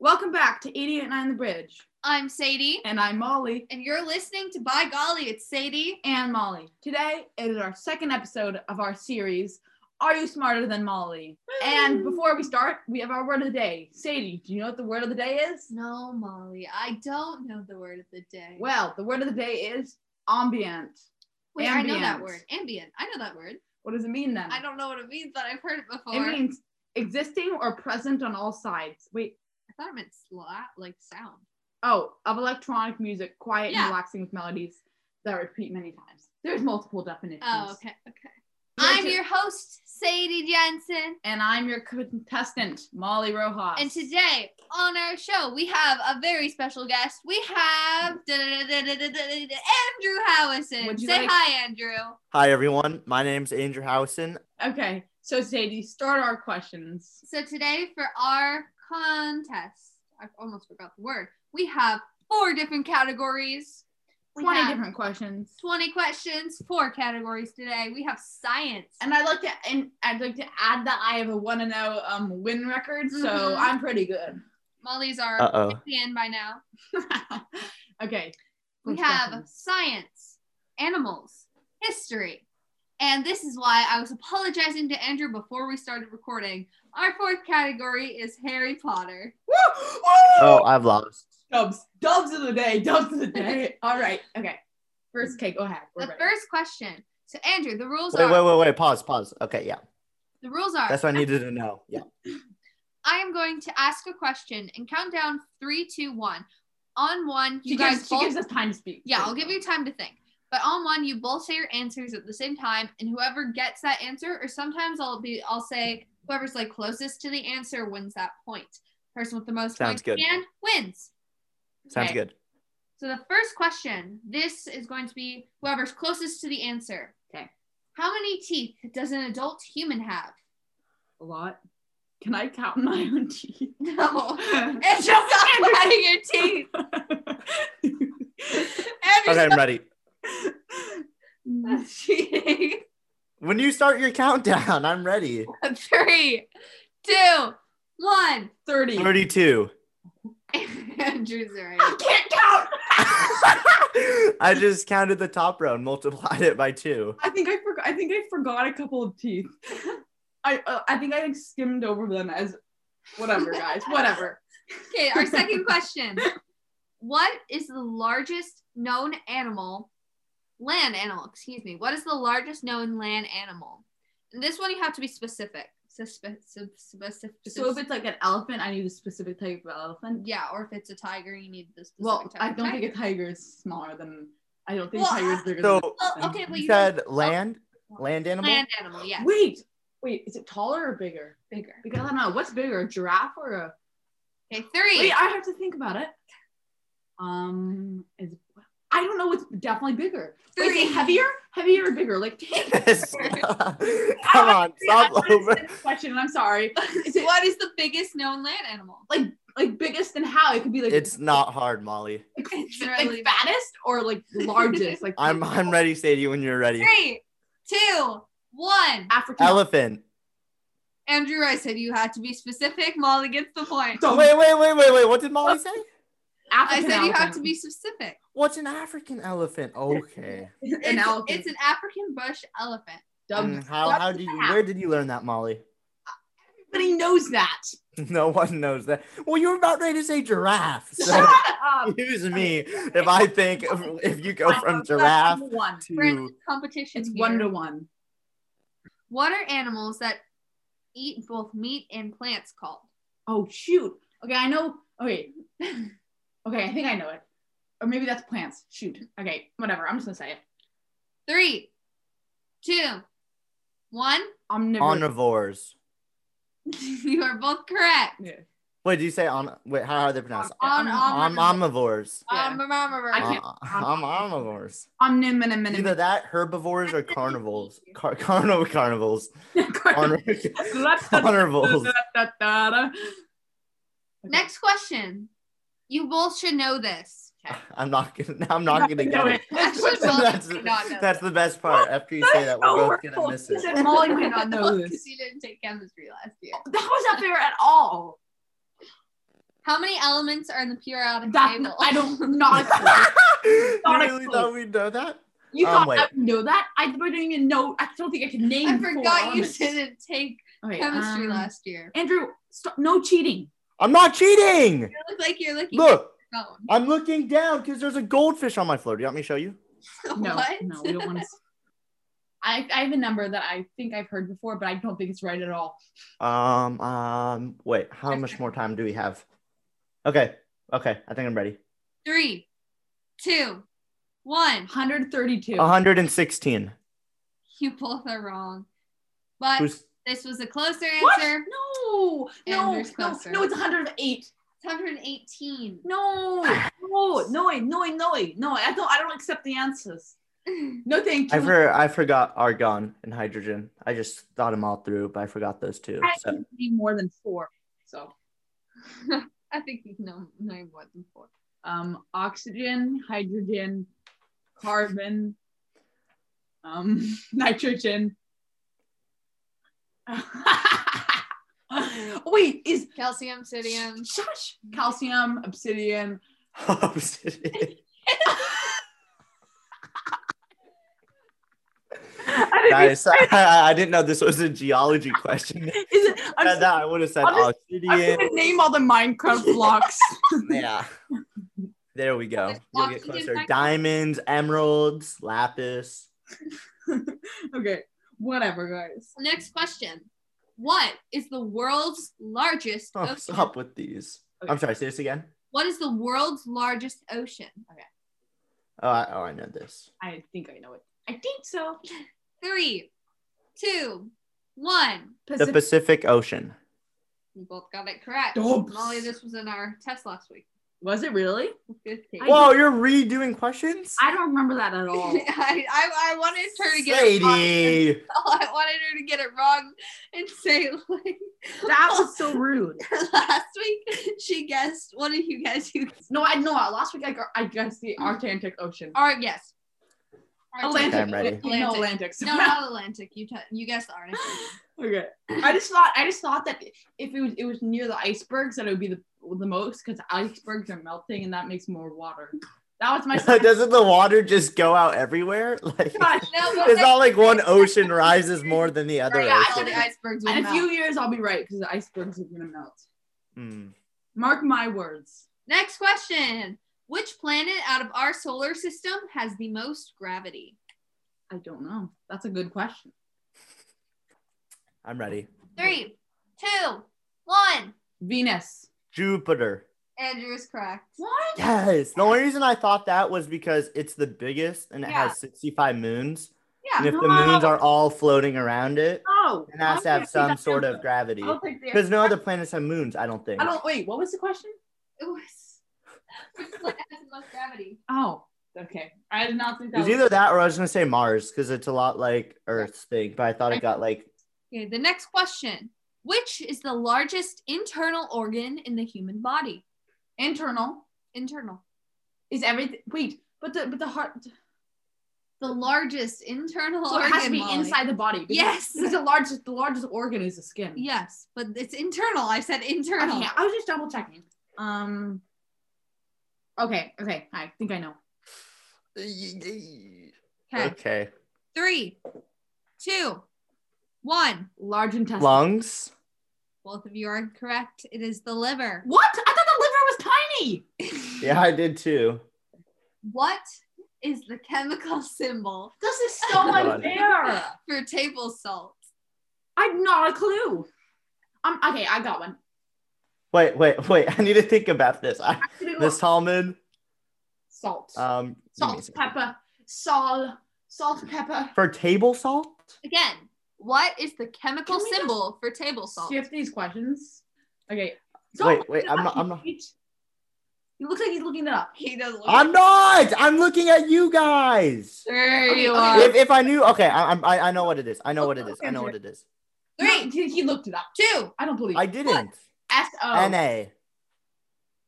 Welcome back to 889 The Bridge. I'm Sadie, And I'm Molly. and you're listening to By Golly, it's Sadie. And Molly. Today is our second episode of our series, Are You Smarter Than Molly? And before we start, we have our word of the day. Sadie, do you know what the word of the day is? No, Molly, I don't know the word of the day. Well, the word of the day is ambient. Wait, I know that ambient. word. Ambient. I know that word. What does it mean then? I don't know what it means, but I've heard it before. It means existing or present on all sides. Wait, I thought it meant slat, like sound. oh, of electronic music, quiet Yeah. and relaxing with melodies that repeat many times. There's multiple definitions. Oh, okay, okay. Your I'm tu- your host, Sadie Jensen, And I'm your contestant, Molly Rojas. and today on our show we have a very special guest. We have Andrew Howison. Would you Say like- hi, Andrew. Hi everyone, my name's Andrew Howison. Okay, so Sadie, start our questions. So today for our contest, I almost forgot the word. We have four different categories. We 20 have different questions. 20 questions, four categories today. We have science. And I'd like to and I'd like to add that I have a one and zero um win record, so Mhm. I'm pretty good. Molly's our Uh oh. champion by now. okay. We first have questions. science, animals, history. And this is why I was apologizing to Andrew before we started recording. Our fourth category is Harry Potter. Woo! Woo! Oh, I've lost. Dubs, dubs of the day, dubs of the day. All right, okay. First, Kate, go ahead. We're the ready. first question. So Andrew, the rules Wait, are wait, wait, wait. Pause, pause. Okay, yeah. the rules are That's what I needed to know. Yeah. I am going to ask a question and count down three, two, one. On one, she you guys gives, she both. gives us time to speak. yeah, I'll give you time to think. But on one, you both say your answers at the same time, and whoever gets that answer, or sometimes I'll be, I'll say whoever's like closest to the answer wins that point. Person with the most points Sounds good. and wins. Sounds Okay. good. So the first question, this is going to be whoever's closest to the answer. Okay. How many teeth does an adult human have? a lot. Can I count my own teeth? No. It's just not counting your teeth. Andrew's Okay, I'm ready. That's cheating. When you start your countdown, I'm ready. Three, two, one. 30. 32. Andrew's I right. can't count. I just counted the top row and multiplied it by two. I think I forgot. I think I forgot a couple of teeth. I uh, I think I like, skimmed over them as whatever, guys. Whatever. Okay, our second question. What is the largest known animal, land animal, excuse me, what is the largest known land animal? And this one you have to be specific. Suspe- sub- specific. So if it's like an elephant, I need a specific type of elephant. yeah, or if it's a tiger, you need the specific Well, type I of don't tiger. think a tiger is smaller than. I don't think Well, tigers are bigger So than. Well, okay, well, you you said land, land animal. land animal, yes. Wait, wait. Is it taller or bigger? Bigger. Because I don't know. What's bigger, a giraffe or a? Okay, three. Wait, I have to think about it. Um, is I don't know. It's definitely bigger. Wait, is it Three. heavier, heavier or bigger? Like, Yes. Come on, I stop wanted to over. say this question. and I'm sorry. Is it what is the biggest known land animal? like biggest and how? It could be like It's not hard, Molly. It's like really not. fattest or like largest. Like I'm I'm ready, Sadie, when you're ready. Three, two, one. African. Elephant. Andrew, I said you had to be specific. Molly gets the point. Don't- Wait, wait, wait, wait, wait. What did Molly say? I African said you have elephant. to be specific. What's an African elephant? Okay. It's- It's- elephant. It's an African bush elephant. Dubbed- Mm, how dubbed how did you half. where did you learn that, Molly? Everybody knows that. No one knows that. Well, you were about ready to say giraffe. Shut So up. excuse me if I think of- if you go from giraffe That's one. We're in to competition. It's here. one to one. What are animals that eat both meat and plants called? Oh shoot. Okay, I know. Okay. Okay, I think I know it. Or maybe that's plants. Shoot. Okay, whatever. I'm just gonna say it. Three, two, one. Omnivorous. omnivores. you are both correct. Yeah. Wait, did you say on? Wait, how are they pronounced? On, Om omnivores. yeah. Um, remember, I can't- Uh, om- omnivores. Either Omniminiminimin. that, herbivores, or carnivores. Car- carnival carnivals. Carn- carnivals. Next question. You both should know this. I'm not gonna. I'm not gonna get it. Actually, both That's, did not know that's this. the best part. After you say that, we're both gonna miss it. Said Molly might not know Because this. you didn't take chemistry last year. That was not fair at all. How many elements are in the periodic That, table? I don't not. a clue. you Not a really clue. thought we'd know that? You Um, thought wait. I would know that? I don't even know. I don't think I can name. I four forgot you elements. didn't take Okay, chemistry um, last year. Andrew, stop, no cheating. I'm not cheating. You look like you're looking Look, at your phone. I'm looking down because there's a goldfish on my floor. Do you want me to show you? No, what? no, we don't want to. I, I have a number that I think I've heard before, but I don't think it's right at all. Um, um, wait, how much more time do we have? Okay, okay, I think I'm ready. Three, two, one. 132. 116. You both are wrong. But Who's this was a closer What? answer. No, no, Andrew's no, closer. no, it's 108. It's 118. No, no, no, no, no, no. I don't, I don't accept the answers. No, thank you. I, for, I forgot argon and hydrogen. I just thought them all through, but I forgot those two. I So can name more than four. So, I think you know no more than four. um, oxygen, hydrogen, carbon, um, nitrogen. Wait, is Calcium, sodium. shush calcium, obsidian? Obsidian. Is Guys, I, I didn't know this was a geology question. it? I'm, Said that, I would have said "Oh, I'm just- I'm obsidian. gonna name all the Minecraft blocks. Yeah. There we go. There's You'll get oxygen closer. back- Diamonds, emeralds, lapis. okay, whatever, guys. Next question. What is the world's largest Oh, ocean? stop with these. I'm Okay. sorry. Say this again. What is the world's largest ocean? Oh, I, oh, I know this. I think I know it. I think so. Three, two, one. The Pacific Ocean. You both got it correct. Dope. Molly, this was in our test last week. Was it really? Fifteen. I- Whoa, you're redoing questions. I don't remember that at all. I, I, I wanted her to get it wrong. Sadie. I wanted her to get it wrong and say like that was so rude. last week she guessed. What did you guess? You No, I know. Last week I got, I guessed the Atlantic Ocean. all right? Yes. Atlantic. Okay, I'm ready. No, Atlantic. No, not Atlantic. You t- you guessed the Arctic. okay. I just thought I just thought that if it was it was near the icebergs that it would be the the most because icebergs are melting and that makes more water. That was my. Doesn't the water just go out everywhere? Like, God, No, but it's not like one ocean rises more than the other Right, yeah, I all ocean. the icebergs will in a melt. few years I'll be right because the icebergs are gonna melt. Hmm. Mark my words. Next question. Which planet out of our solar system has the most gravity? I don't know. That's a good question. I'm ready. Three, two, one. Venus. Jupiter. Andrew is correct. What? Yes. The only reason I thought that was because it's the biggest and it Yeah. has 65 moons. Yeah. And if the moons are all floating around it, Oh. it has to I'll have take some that sort answer. of gravity. I'll take the Because no other planets have moons, I don't think. I don't. Wait. What was the question? It was. Which planet has the most gravity? Oh. Okay. I did not think It that. was Was, either that or I was gonna say Mars because it's a lot like Earth's thing, but I thought it got like Okay, the next question. Which is the largest internal organ in the human body? internal Internal. is everything. Wait. But the but the heart. The largest internal So organ. it has to be Molly. inside the body. because- Yes. Because the largest the largest organ is the skin. Yes, but it's internal. I said internal. Okay, I was just double checking. Um. Okay. Okay. I think I know. Okay. okay. Three, two, one. Large intestine. Lungs. Both of you are correct. It is the liver. What? I thought the liver was tiny. Yeah, I did too. What is the chemical symbol This is so God. unfair. for table salt? I've not a clue. Um. Okay. I got one. Wait, wait, wait. I need to think about this. I, this This Talman. salt. Um give me a salt, second. pepper, salt, salt, pepper. for table salt? Again, what is the chemical Can we symbol for table salt? Skip these questions. Okay. Wait, wait, I'm not- I'm not- He looks like he's looking it up. He doesn't. I'm not! I'm looking at you guys. There Okay, you okay. are. If, if I knew okay, I, I'm- I I know what it is. I know what it is. I know what it is. Great. Three, He, he looked it up. two. I don't believe. I didn't. S O. NA.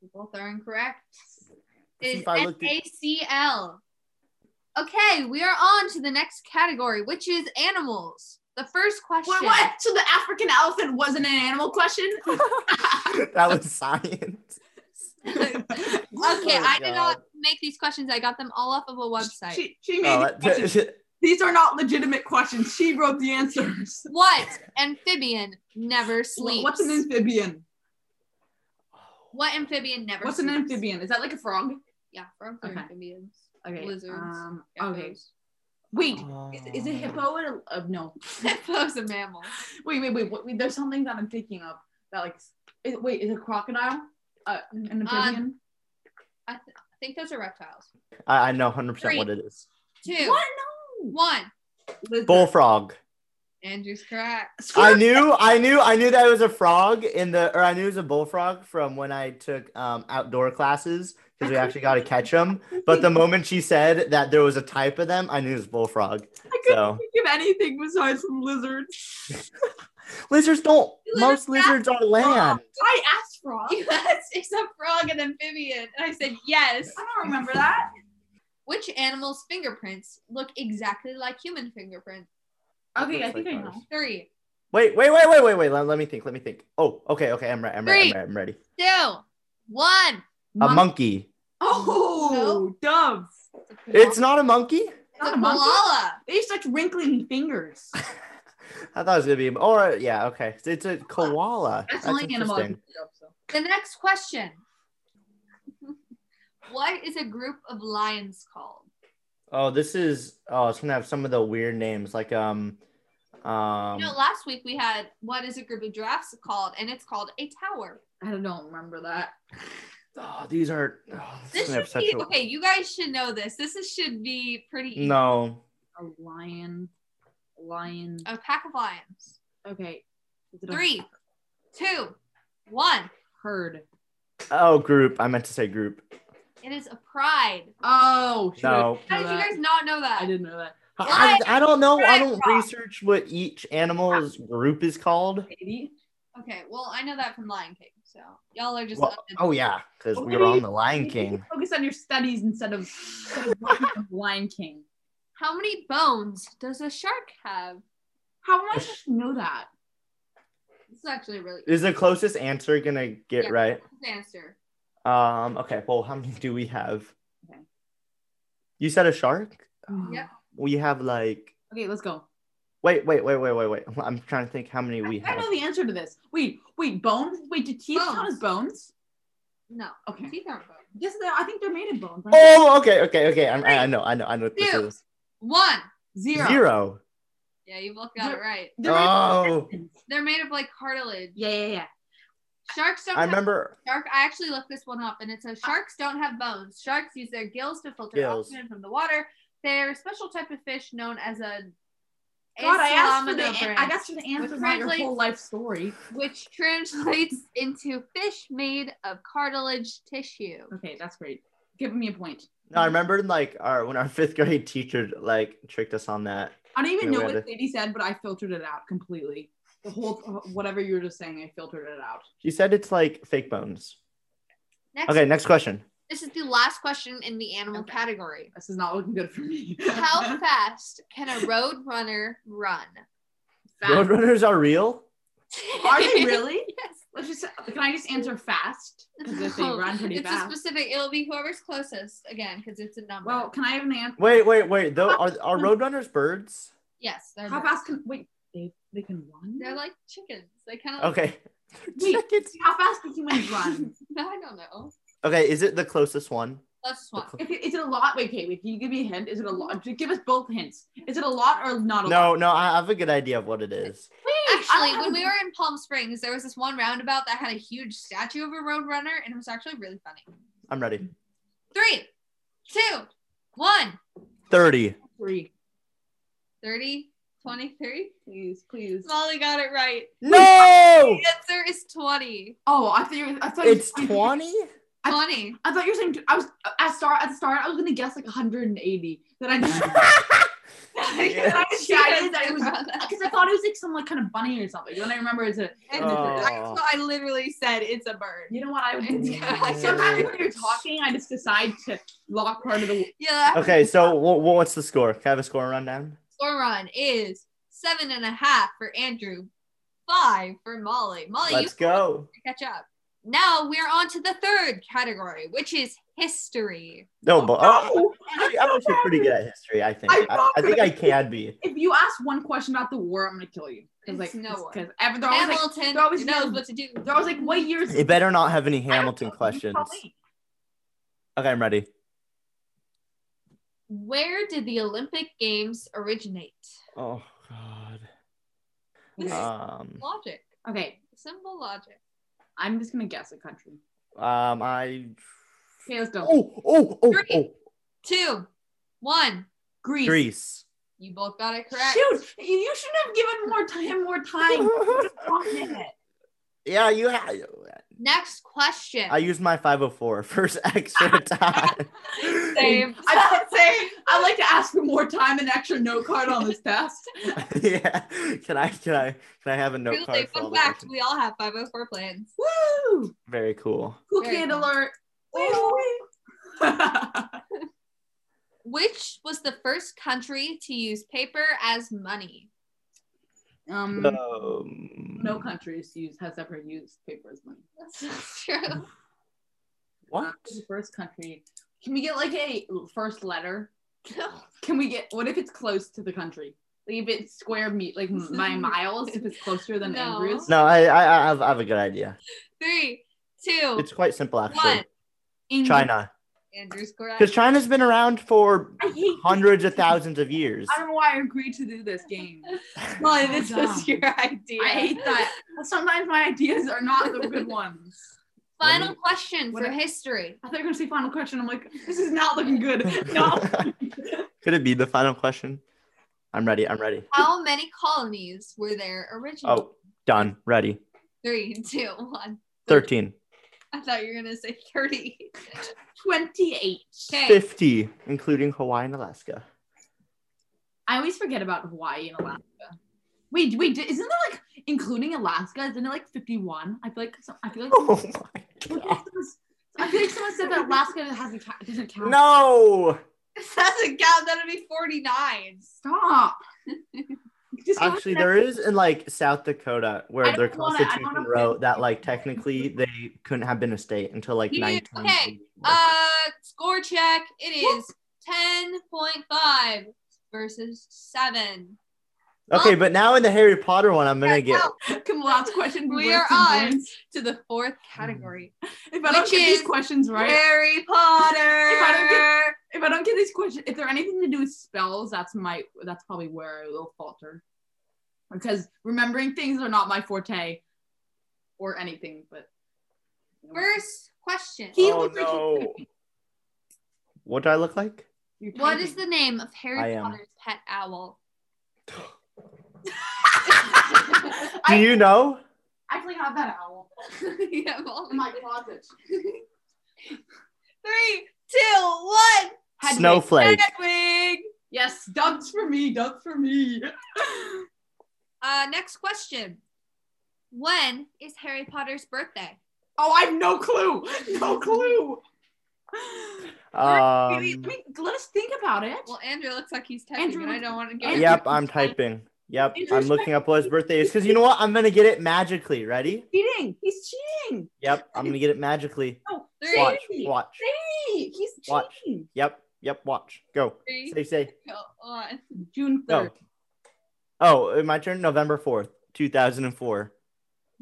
You both are incorrect. See It is if I looked at- NaCl. Okay, we are on to the next category, which is animals. The first question. Wait, what? So the African elephant wasn't an animal question? That was science. okay, Oh I did not make these questions. I got them all off of a website. She, she made Oh, these questions. that- These are not legitimate questions. She wrote the answers. what amphibian never sleeps? What's an amphibian? What amphibian never What's an sleeps? amphibian? Is that like a frog? Yeah, frogs are Okay. amphibians. Okay. Lizards. Um, okay. Hippos. Wait. Is, is it hippo? Or, uh, no. Hippo's a mammal. Wait, wait, wait, wait, wait. There's something that I'm thinking of that like. Is, wait, is a crocodile? Uh, an amphibian? I think those are reptiles. I, I know 100 percent what Three. it is. Two. what? No. One. Lizard. Bullfrog. Andrew's correct. I knew, I knew, I knew that it was a frog in the, or I knew it was a bullfrog from when I took um, outdoor classes because we actually got to catch them. But the moment she said that there was a type of them, I knew it was bullfrog. I couldn't So think of anything besides from lizards. lizards don't. Lizards Most lizards are land. I asked frog. I Yes, it's a frog and amphibian. And I said yes. don't remember that. Which animal's fingerprints look exactly like human fingerprints? Okay, I Looks think like I know. ours. Three, Wait, wait, wait, wait, wait, wait. Let, let me think. Let me think. Oh, okay, okay. I'm ready. I'm ready. Three. I'm, re- I'm ready. two, one. A monkey. Oh, doves. It's not a monkey. It's Not a a monkey? koala. They have such wrinkly fingers. I thought it was gonna be. Or yeah, okay. It's, it's a koala. That's the only animal. I can interesting. think of, so. The next question. what is a group of lions called? Oh, this is. Oh, it's gonna have some of the weird names like um, um. you know, last week we had what is a group of giraffes called, and it's called a tower. I don't remember that. oh, these are. Oh, This this is gonna have should such be a- okay. You guys should know this. This is, should be pretty. easy. No. A lion. Lion. A pack of lions. Okay. Is it a Uh, Three, two, one. Herd. Oh, group. I meant to say group. It is a pride. Oh, shoot. No. How Know did you that. guys not know that? I didn't know that. I, I don't know. I don't Lion. research what each animal's group is called. Katie? Okay, well, I know that from Lion King, so y'all are just. Well, oh yeah, because we were Maybe- on the Lion maybe you King. Focus on your studies instead of, instead of working on Lion King. How many bones does a shark have? How am I supposed to know that? This is actually a really Is the closest answer gonna get Yeah. right? good answer. Um. Okay. Well, how many do we have? Okay. You said a shark. Yep. We have like. Okay, let's go. Wait, wait, wait, wait, wait, wait. I'm trying to think how many we I have. know the answer to this. Wait, wait, bones? Wait, do teeth count as bones? No, Okay. teeth aren't bones. Yes, they're- I think they're made of bones. right? Oh, okay, okay, okay. I'm, I, I know, I know, I know what this Two. is. One. Zero. Zero. Yeah, you both got it right. They're made of Oh, bones. They're made of like cartilage. Yeah, yeah, yeah. Sharks don't. I have- remember. Shark. I actually looked this one up, and it says sharks don't have bones. Sharks use their gills to filter Gills. oxygen from the water. They're a special type of fish known as a. God, I asked for the Acelaminobranch. I asked for the answer about Which your translates- whole life story. which translates into fish made of cartilage tissue. Okay, that's great. Give me a point. No, I remember like our when our fifth grade teacher like tricked us on that. I don't even Yeah, know we what had Sadie said, but I filtered it out completely. The whole whatever you were just saying, I filtered it out. She said it's like fake bones. Next, Okay, next question. this is the last question in the animal Okay. category. This is not looking good for me. How fast can a road runner run? Fast. Roadrunners are real. Are they really? Yes. Let's just can I just answer fast? Because they say No, run pretty it's fast. a specific. It'll be whoever's closest again, because it's a number. well, can I have an answer? Wait, wait, wait. Though are are roadrunners birds? yes, they're How birds. fast can wait? They they can run. They're like chickens. They kind of. Okay. Wait. Chickens. How fast do humans run? no, I don't know. okay, is it the closest one? That's just one. If it, is it a lot? Wait, Kate, wait, can you give me a hint? Is it a lot? Just give us both hints. Is it a lot or not a lot? No, no. I have a good idea of what it is. Actually, when we were in Palm Springs, there was this one roundabout that had a huge statue of a road runner, and it was actually really funny. I'm ready. Three, two, one. Thirty. Three. 30, 23. Please, please. Molly got it right. No. The answer is 20. Oh, I thought you were, I thought you It's were- twenty. 20. I thought you were saying I was at start at the start I was gonna guess like 180. That I just Yeah. I decided that it was because I thought it was like some like kind of bunny or something. Then I remember it's a And Oh. I, I literally said it's a bird. you know what I Yeah. sometimes when you're talking I just decide to lock part of the Yeah. Okay, so wha- wha- what's the score? Can I have a score rundown? Score run is seven and a half for Andrew, five for Molly. Molly, Let's you have go. to catch up. Now we're on to the third category, which is history. No, but oh, No. actually, I'm actually pretty good at history. I think. I I, I think I can be. If you ask one question about the war, I'm gonna kill you. Because like, It's no war. because they're always like, Hamilton they're always knows young. what to do. they're always like, what years? It better not have any I don't Hamilton know, you questions. tell me. Okay, I'm ready. Where did the Olympic Games originate? Oh God. This is Um. logic. Okay, Simple logic. I'm just gonna guess a country. Um. I. Okay, let's go. Oh. Oh. Oh. Three. Oh. Two, one. Greece. Greece. You both got it correct. Shoot, you- you shouldn't have given more time. More time. You would've gotten it. Yeah, you. Ha- Next question. I used my 504 first extra time. Same. I would say I like to ask for more time and extra note card on this test. yeah. Can I? Can I? Can I have a note Truly, card? for all fun the fact, questions? we all have 504 plans. Woo! Very cool. Cool Very kid cool. alert. Woo. Woo. Which was the first country to use paper as money? um, Uh, Um, no countries use has ever used paper as money. That's not true. What? The first country. Can we get like a first letter? No. Can we get what if it's close to the country? Like if it's square meet like m- by miles, if it's closer than No. Andrews. No, I, I, I have, I have a good idea. Three, two, It's quite simple, one. actually. England. China, Andrew's correct. because China's been around for I hate hundreds of thousands of years. I don't know why I agreed to do this game. Molly, so this dumb. was your idea. I hate that. Sometimes my ideas are not the good ones. Final Let me- question What for a- history. I thought you were gonna say final question. I'm like, this is not looking good. No. Could it be the final question? I'm ready. I'm ready. How many colonies were there originally? Oh, done. Ready. Three, two, one. Thirteen. I thought you were gonna say 30. 28. Okay. Fifty, including Hawaii and Alaska. I always forget about Hawaii and Alaska. Wait, wait, di- isn't that like including Alaska? Isn't it like 51? I feel like some, I feel like Oh my I feel like god. someone- I feel like someone said that Alaska hasn't ca- doesn't count. No. If that doesn't count. That'd be 49. stop. Just count Actually, it. there is in like South Dakota I where don't their wanna- I don't constitution wanna- wrote that like technically they couldn't have been a state until like You- 19. okay, Uh, score check. It is 10.5 versus 7. Okay, but now in the Harry Potter one, I'm gonna get. Now, Come last question. We worth are two on points. to the fourth category. If I don't which get these is questions Mm. right, Harry Potter. I if I don't get these questions, if they're anything to do with spells, that's my that's probably where I will falter. Because remembering things are not my forte or anything, but First question. He Oh, would reach no. What do I look like? You're What typing. is the name of Oh. I Harry am. Potter's pet owl? Do I you know? actually have that owl yeah, Molly. in Oh my closet. Three, two, one. Hedwig. Snowflake. Hedwig. Yes, dubs for me, dubs for me. Uh, next question. When is Harry Potter's birthday? Oh, I have no clue. No clue. Um, Wait, wait, let, me- let us think about it. Well, Andrew looks like he's typing, Andrew and I looks- don't want to go. Andrew- yep, I'm typing. Yep, I'm looking up what his birthday is because you know what? I'm gonna get it magically. Ready? cheating. He's cheating. Yep, I'm gonna get it magically. No, Three. Watch, Sadie, watch. Sadie, he's Watch. cheating. Yep, yep, watch. Go. Three, Say, say. two, one. June Go. 3rd. Oh, my turn. November 4th, 2004.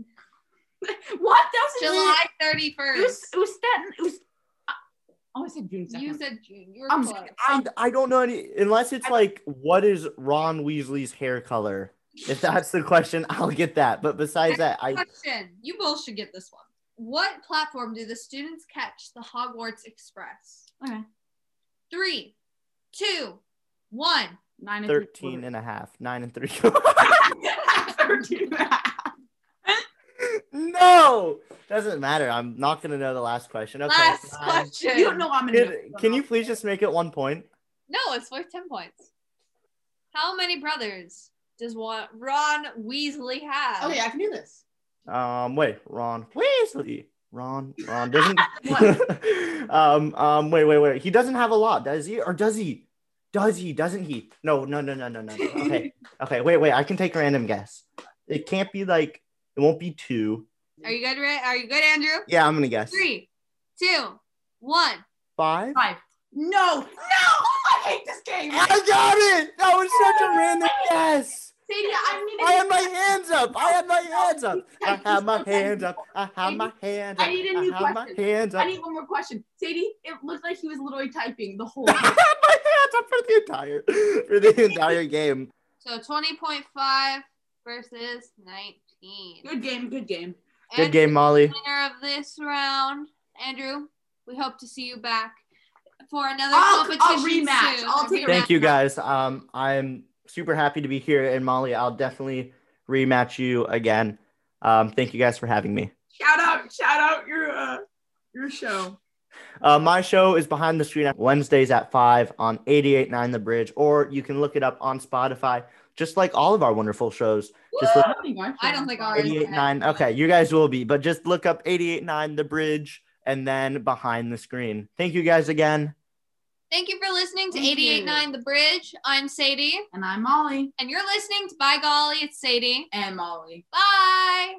What? That was in July It was, 31st. it was that. It was. I always said June 2nd. You said June. You were I'm close. sorry. I, I don't know any unless it's like what is Ron Weasley's hair color. If that's the question, I'll get that. But besides that, I Question. You both should get this one. What platform do the students catch the Hogwarts Express? okay. Three, two, one. Nine and 13 and and a half, nine and three. 13 and a half. no, doesn't matter. I'm not gonna know the last question. Okay, Last fine. question. You don't know I'm in. Can, can you please just make it one point? No, it's worth 10 points. How many brothers does wa- Ron Weasley have? Oh yeah, I can do this. Um, wait, Ron Weasley. Ron, Ron doesn't. What? um, um, wait, wait, wait. He doesn't have a lot, does he? Or does he? Does he? Doesn't he? No, no, no, no, no, no. no. Okay, okay. Wait, wait. I can take a random guess. It can't be like. It won't be two. Are you good, Rick? Are you good, Andrew? Yeah, I'm gonna guess. Three, two, one. Five. Five. No, no, I hate this game. I got it. That was such a random guess. Sadie, I'm needing. I had my hands up. I had my hands up. I had my hands up. I had my hands up. I need a new I had my question. hands up. I I need one more question. Sadie, it looked like he was literally typing the whole. had my hands up for the entire for the entire game. So twenty point five versus nineteen. good game, good game. Good game, Molly. Winner of this round, Andrew. We hope to see you back for another I'll- I'll competition rematch. soon. I'll take a Thank you guys. Um, I'm super happy to be here, and Molly, I'll definitely rematch you again. Um, thank you guys for having me. Shout out, shout out your uh, your show. Uh, my show is Behind the Screen on Wednesdays at 5 on 889 The Bridge, or you can look it up on Spotify, just like all of our wonderful shows. Just look I don't think, I don't think ours- 889. Okay, you guys will be, but just look up 889 The Bridge and then Behind the Screen. Thank you guys again. Thank you for listening to Thank you. 889 The Bridge. I'm Sadie, And I'm Molly and you're listening to By Golly, It's Sadie. and Molly. Bye.